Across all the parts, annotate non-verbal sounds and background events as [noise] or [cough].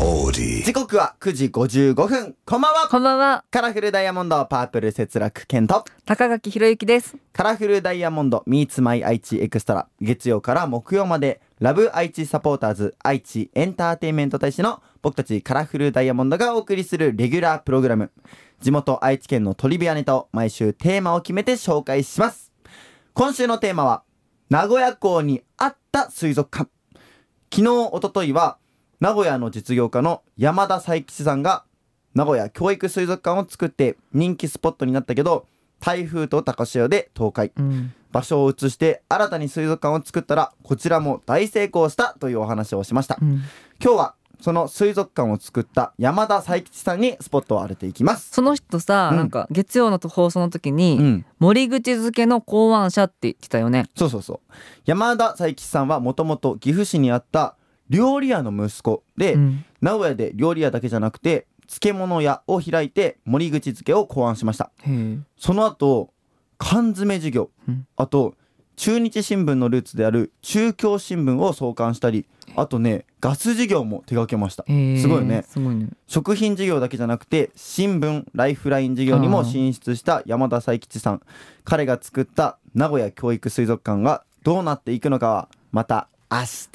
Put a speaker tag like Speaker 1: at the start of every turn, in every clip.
Speaker 1: オーディ
Speaker 2: 時刻は9時55分こんばんは
Speaker 3: こんばんは、
Speaker 2: カラフルダイヤモンドパープル節楽健と
Speaker 3: 高垣ひろゆきです。
Speaker 2: カラフルダイヤモンド Meets My 愛知エクストラ月曜から木曜までラブ愛知サポーターズ愛知エンターテインメント大使の僕たちカラフルダイヤモンドがお送りするレギュラープログラム地元愛知県のトリビアネタを毎週テーマを決めて紹介します今週のテーマは名古屋港にあった水族館昨日おとといは名古屋の実業家の山田佐吉さんが名古屋教育水族館を作って人気スポットになったけど台風と高潮で倒壊
Speaker 3: うん、
Speaker 2: 場所を移して新たに水族館を作ったらこちらも大成功したというお話をしました今日はその水族館を作った山田佐吉さんにスポットを当てていきます
Speaker 3: その人さ、
Speaker 2: うん
Speaker 3: なんか月曜の放送の時に、
Speaker 2: うん
Speaker 3: 森口漬けの考案者って言ってたよね。
Speaker 2: そうそうそう山田佐吉さんはもともと岐阜市にあった料理屋の息子で、
Speaker 3: うん
Speaker 2: 名古屋で料理屋だけじゃなくて漬物屋を開いて森口漬けを考案しましたその後缶詰事業、
Speaker 3: うん
Speaker 2: あと中日新聞のルーツである中京新聞を創刊したりあとねガス事業も手掛けました
Speaker 3: へえ
Speaker 2: すごいね
Speaker 3: すごいね。
Speaker 2: 食品事業だけじゃなくて新聞ライフライン事業にも進出した山田佐吉さん彼が作った名古屋教育水族館がどうなっていくのかはまた明日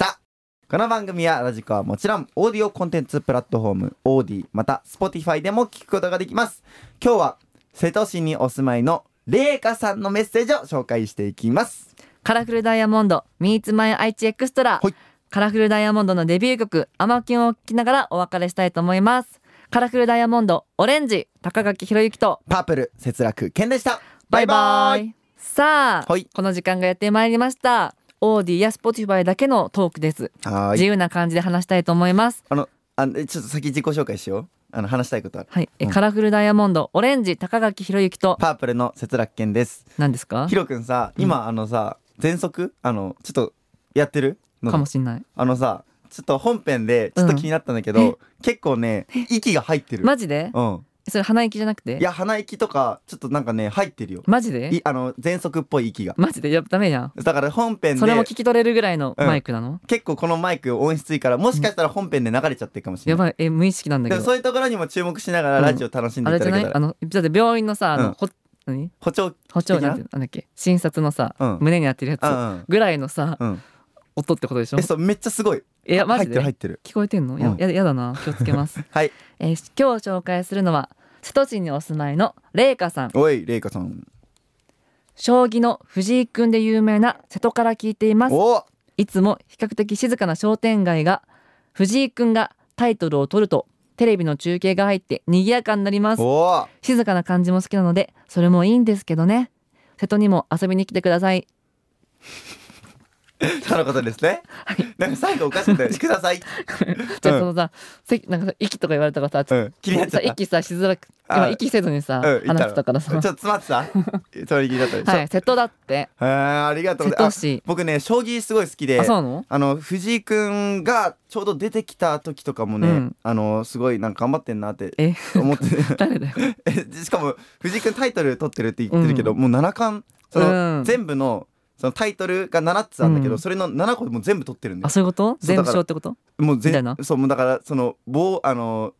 Speaker 2: この番組やラジコはもちろんオーディオコンテンツプラットフォームオーディまた Spotify でも聞くことができます今日は瀬戸市にお住まいのレイカさんのメッセージを紹介していきます
Speaker 3: カラフルダイヤモンド、ミーツマイ愛知エクストラ。
Speaker 2: はい
Speaker 3: カラフルダイヤモンドのデビュー曲、アマキュンを聴きながらお別れしたいと思います。カラフルダイヤモンド、オレンジ、高垣ひろゆきと、
Speaker 2: パープル節楽健でした
Speaker 3: バイバイ。さあ、
Speaker 2: はい
Speaker 3: この時間がやってまいりました。オーディやスポティファイだけのトークです。
Speaker 2: はーい
Speaker 3: 自由な感じで話したいと思います。
Speaker 2: あのあのちょっと先自己紹介しようあの話したいことある
Speaker 3: はい、え
Speaker 2: うん
Speaker 3: カラフルダイヤモンド、オレンジ、高垣ひろゆきと、
Speaker 2: パープルの節楽健です。
Speaker 3: 何ですか
Speaker 2: ひ。ろくんさ、今あのさ、喘息あの、ちょっとやってる
Speaker 3: かも
Speaker 2: の
Speaker 3: しんない。
Speaker 2: あのさ、ちょっと本編でちょっと気になったんだけど、結構ね、息が入ってる。
Speaker 3: マジで、
Speaker 2: うん。
Speaker 3: それ鼻息じゃなくて。
Speaker 2: いや、鼻息とか、ちょっとなんかね、入ってるよ。
Speaker 3: マジで
Speaker 2: い。あの、喘息っぽい息が。
Speaker 3: マジで、やっぱダメやん。
Speaker 2: だから本編
Speaker 3: それも
Speaker 2: で、
Speaker 3: 聞き取れるぐらいのマイクなの。
Speaker 2: 結構このマイク音質いいから、もしかしたら本編で流れちゃってるかもしれ
Speaker 3: や
Speaker 2: ない。
Speaker 3: ばい、え、無意識なんだ
Speaker 2: で
Speaker 3: け
Speaker 2: も
Speaker 3: ど。
Speaker 2: そういうところにも注目しながら
Speaker 3: うん
Speaker 2: ラジオ楽しんで
Speaker 3: あ
Speaker 2: いた
Speaker 3: れじゃ
Speaker 2: だ
Speaker 3: な
Speaker 2: け
Speaker 3: い、
Speaker 2: たら。
Speaker 3: あの、だって病院のさ、あの、
Speaker 2: うん
Speaker 3: ほ、何。
Speaker 2: 補聴、
Speaker 3: 補聴
Speaker 2: 的な
Speaker 3: なんて、なんだっけ、診察のさ、
Speaker 2: うん
Speaker 3: 胸に当てるやつ。
Speaker 2: うん
Speaker 3: ぐらいのさ、
Speaker 2: うん。うん。
Speaker 3: 音ってことでしょ
Speaker 2: え、そう、めっちゃすごい。
Speaker 3: いや、マ
Speaker 2: 入って
Speaker 3: ジで
Speaker 2: る入。ってる。
Speaker 3: 聞こえてんの、
Speaker 2: う
Speaker 3: や
Speaker 2: ん
Speaker 3: ややだな気をつけます
Speaker 2: はい。
Speaker 3: えー今日紹介するのは瀬戸市にお住まいのレイカさん
Speaker 2: おい、レイカさん。
Speaker 3: 将棋の藤井くんで有名な瀬戸から聞いています
Speaker 2: お
Speaker 3: いつも比較的静かな商店街が藤井くんがタイトルを取るとテレビの中継が入って賑やかになります
Speaker 2: お
Speaker 3: 静かな感じも好きなのでそれもいいんですけどね瀬戸にも遊びに来てください [laughs]
Speaker 2: とのことですね。なんか最後おかしいんだよ。ください。
Speaker 3: じゃ
Speaker 2: う
Speaker 3: あ
Speaker 2: ん
Speaker 3: そのさ、せなんかさ息とか言われたからさち
Speaker 2: う
Speaker 3: ょっ
Speaker 2: ん。気
Speaker 3: と
Speaker 2: になっちゃ
Speaker 3: さ
Speaker 2: った。
Speaker 3: 息さしづらく
Speaker 2: あ
Speaker 3: 今息せずにさ、
Speaker 2: うん、言っ
Speaker 3: 話
Speaker 2: た
Speaker 3: してたからさ
Speaker 2: ちょっと詰まってた。通り気になったでしょ。
Speaker 3: はい瀬戸だって
Speaker 2: へーありがとうござい
Speaker 3: 瀬戸
Speaker 2: ます。
Speaker 3: 市
Speaker 2: あ僕ね、将棋すごい好きで
Speaker 3: あ、そうなの
Speaker 2: あの、藤井くんがちょうど出てきた時とかもね、
Speaker 3: うん
Speaker 2: あの、すごいなんか頑張ってんなって
Speaker 3: え
Speaker 2: 思って、
Speaker 3: 誰だよ
Speaker 2: えしかも藤井くんタイトル取ってるって言ってるけど、もう7冠、その、
Speaker 3: うん
Speaker 2: 全部の、そのタイトルが7つあるんだけど、
Speaker 3: うん
Speaker 2: それの7個でもう全部取ってるんで
Speaker 3: あそういうこと
Speaker 2: そう
Speaker 3: 全
Speaker 2: だ
Speaker 3: 部
Speaker 2: から
Speaker 3: 賞ってこと
Speaker 2: もう
Speaker 3: みた
Speaker 2: 全
Speaker 3: いな
Speaker 2: そうもうだからその棒あの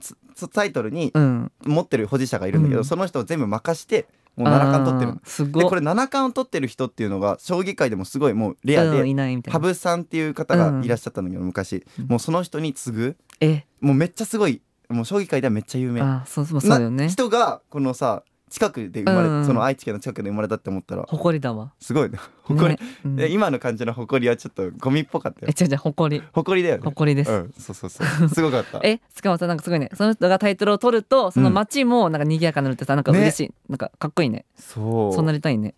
Speaker 2: つつタイトルに
Speaker 3: うん
Speaker 2: 持ってる保持者がいるんだけど、
Speaker 3: うん
Speaker 2: その人を全部任してもう七冠取ってる
Speaker 3: あ
Speaker 2: の
Speaker 3: ーすご
Speaker 2: でこ
Speaker 3: い
Speaker 2: れ七冠を取ってる人っていうのが将棋界でもすごいもうレアで、
Speaker 3: うんいないみたい
Speaker 2: 羽生
Speaker 3: な
Speaker 2: さんっていう方がいらっしゃったんだけど昔、
Speaker 3: うん
Speaker 2: もうその人に次ぐ
Speaker 3: え
Speaker 2: もうめっちゃすごいもう将棋界ではめっちゃ有名な
Speaker 3: あそうそうそうだよね
Speaker 2: 人がこのさ近くで生まれ、
Speaker 3: うん
Speaker 2: その愛知県の近くで生まれたって思ったら
Speaker 3: 誇りだわ
Speaker 2: すごいね誇り、
Speaker 3: ねうん
Speaker 2: で今の感じの誇りはちょっとゴミっぽかったよ
Speaker 3: え違う違う誇り
Speaker 2: 誇りだよね
Speaker 3: 誇りです
Speaker 2: うん、そうそうそう。すごかった。
Speaker 3: えしかもさなんかすごいねその人がタイトルを取るとその街もなんか賑やかになるってさなんか
Speaker 2: ね
Speaker 3: 嬉しいなんかかっこいいね
Speaker 2: そう。
Speaker 3: そうなりたいね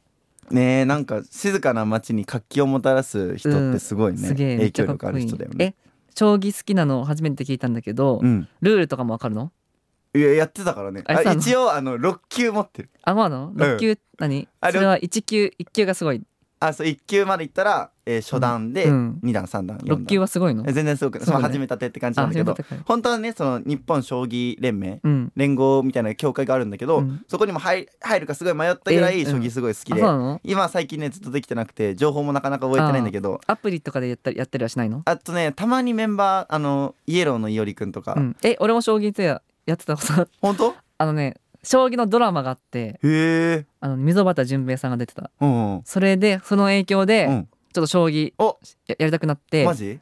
Speaker 2: ねえ、なんか静かな街に活気をもたらす人ってすごいね。
Speaker 3: すげえめ
Speaker 2: 影
Speaker 3: っちゃ
Speaker 2: 響力
Speaker 3: かっ
Speaker 2: あ
Speaker 3: こ
Speaker 2: る
Speaker 3: いい
Speaker 2: 人だよね。
Speaker 3: え将棋好きなの初めて聞いたんだけど
Speaker 2: うん。
Speaker 3: ルールとかもわかるの
Speaker 2: いや、やってたからね。
Speaker 3: あ
Speaker 2: あ
Speaker 3: そうなの
Speaker 2: 一応、あの、6級持ってる。
Speaker 3: あまあなの六級何
Speaker 2: あ
Speaker 3: それは一級一級がすごい
Speaker 2: あそう1級まで行ったら、えー初段で
Speaker 3: うん
Speaker 2: 2段3段4段
Speaker 3: 六級はすごいの
Speaker 2: え全然すごくないそ
Speaker 3: そうだ
Speaker 2: の
Speaker 3: ね
Speaker 2: 始めたてって感じなんだけ
Speaker 3: あ
Speaker 2: ど
Speaker 3: 始めたてか
Speaker 2: 本当はねその日本将棋連盟
Speaker 3: うん
Speaker 2: 連合みたいな協会があるんだけど、
Speaker 3: うん
Speaker 2: そこにも入入るかすごい迷ったぐら
Speaker 3: え
Speaker 2: い
Speaker 3: うん
Speaker 2: 将棋すごい好き
Speaker 3: あそう
Speaker 2: で、
Speaker 3: なの
Speaker 2: 今最近ねずっとできてなくて情報もなかなか覚えてないんだけど
Speaker 3: アプリとかでやったりやったりはしないの
Speaker 2: あとねたまにメンバーあのイエローのいおりくんとか、
Speaker 3: うんえ俺も将棋ってやってたことあって
Speaker 2: 本当
Speaker 3: [laughs] あのね将棋のドラマがあって
Speaker 2: へえ
Speaker 3: あの溝端淳平さんが出てた
Speaker 2: うんうん
Speaker 3: それでその影響で、
Speaker 2: う
Speaker 3: ちょ
Speaker 2: ん
Speaker 3: っと将棋
Speaker 2: お
Speaker 3: ややりたくなって
Speaker 2: マジ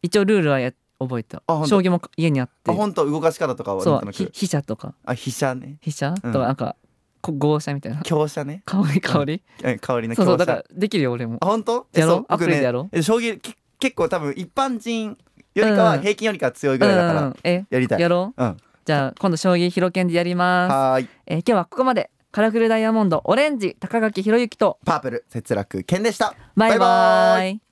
Speaker 3: 一応ルールはや覚えた
Speaker 2: あほんと
Speaker 3: 将棋も家にあって
Speaker 2: あ本当動かし方とかは
Speaker 3: そ
Speaker 2: な
Speaker 3: うん
Speaker 2: とな
Speaker 3: ひ
Speaker 2: く
Speaker 3: 飛車とか
Speaker 2: あ飛車ね
Speaker 3: 飛車、
Speaker 2: うん
Speaker 3: とかなんかこ豪車みた
Speaker 2: [laughs]
Speaker 3: いな
Speaker 2: 香車ね
Speaker 3: 香り香り、
Speaker 2: え香りの
Speaker 3: そ
Speaker 2: 香
Speaker 3: うそうだ
Speaker 2: 車
Speaker 3: からできるよ俺も
Speaker 2: あ本当
Speaker 3: やろ
Speaker 2: そ
Speaker 3: う
Speaker 2: う僕
Speaker 3: アプリでや
Speaker 2: ね
Speaker 3: ろう
Speaker 2: え将棋け結構多分一般人よりか
Speaker 3: う
Speaker 2: は
Speaker 3: ん
Speaker 2: 平均よりかは強いぐらいだか
Speaker 3: う
Speaker 2: ら
Speaker 3: んえ
Speaker 2: やりたい
Speaker 3: やろう、
Speaker 2: うん
Speaker 3: じゃあ今度将棋広剣でやります、
Speaker 2: はーい
Speaker 3: えー今日はここまでカラフルダイヤモンドオレンジ高垣博之と
Speaker 2: パープル節楽健でした
Speaker 3: バイバ
Speaker 2: バイバ
Speaker 3: イ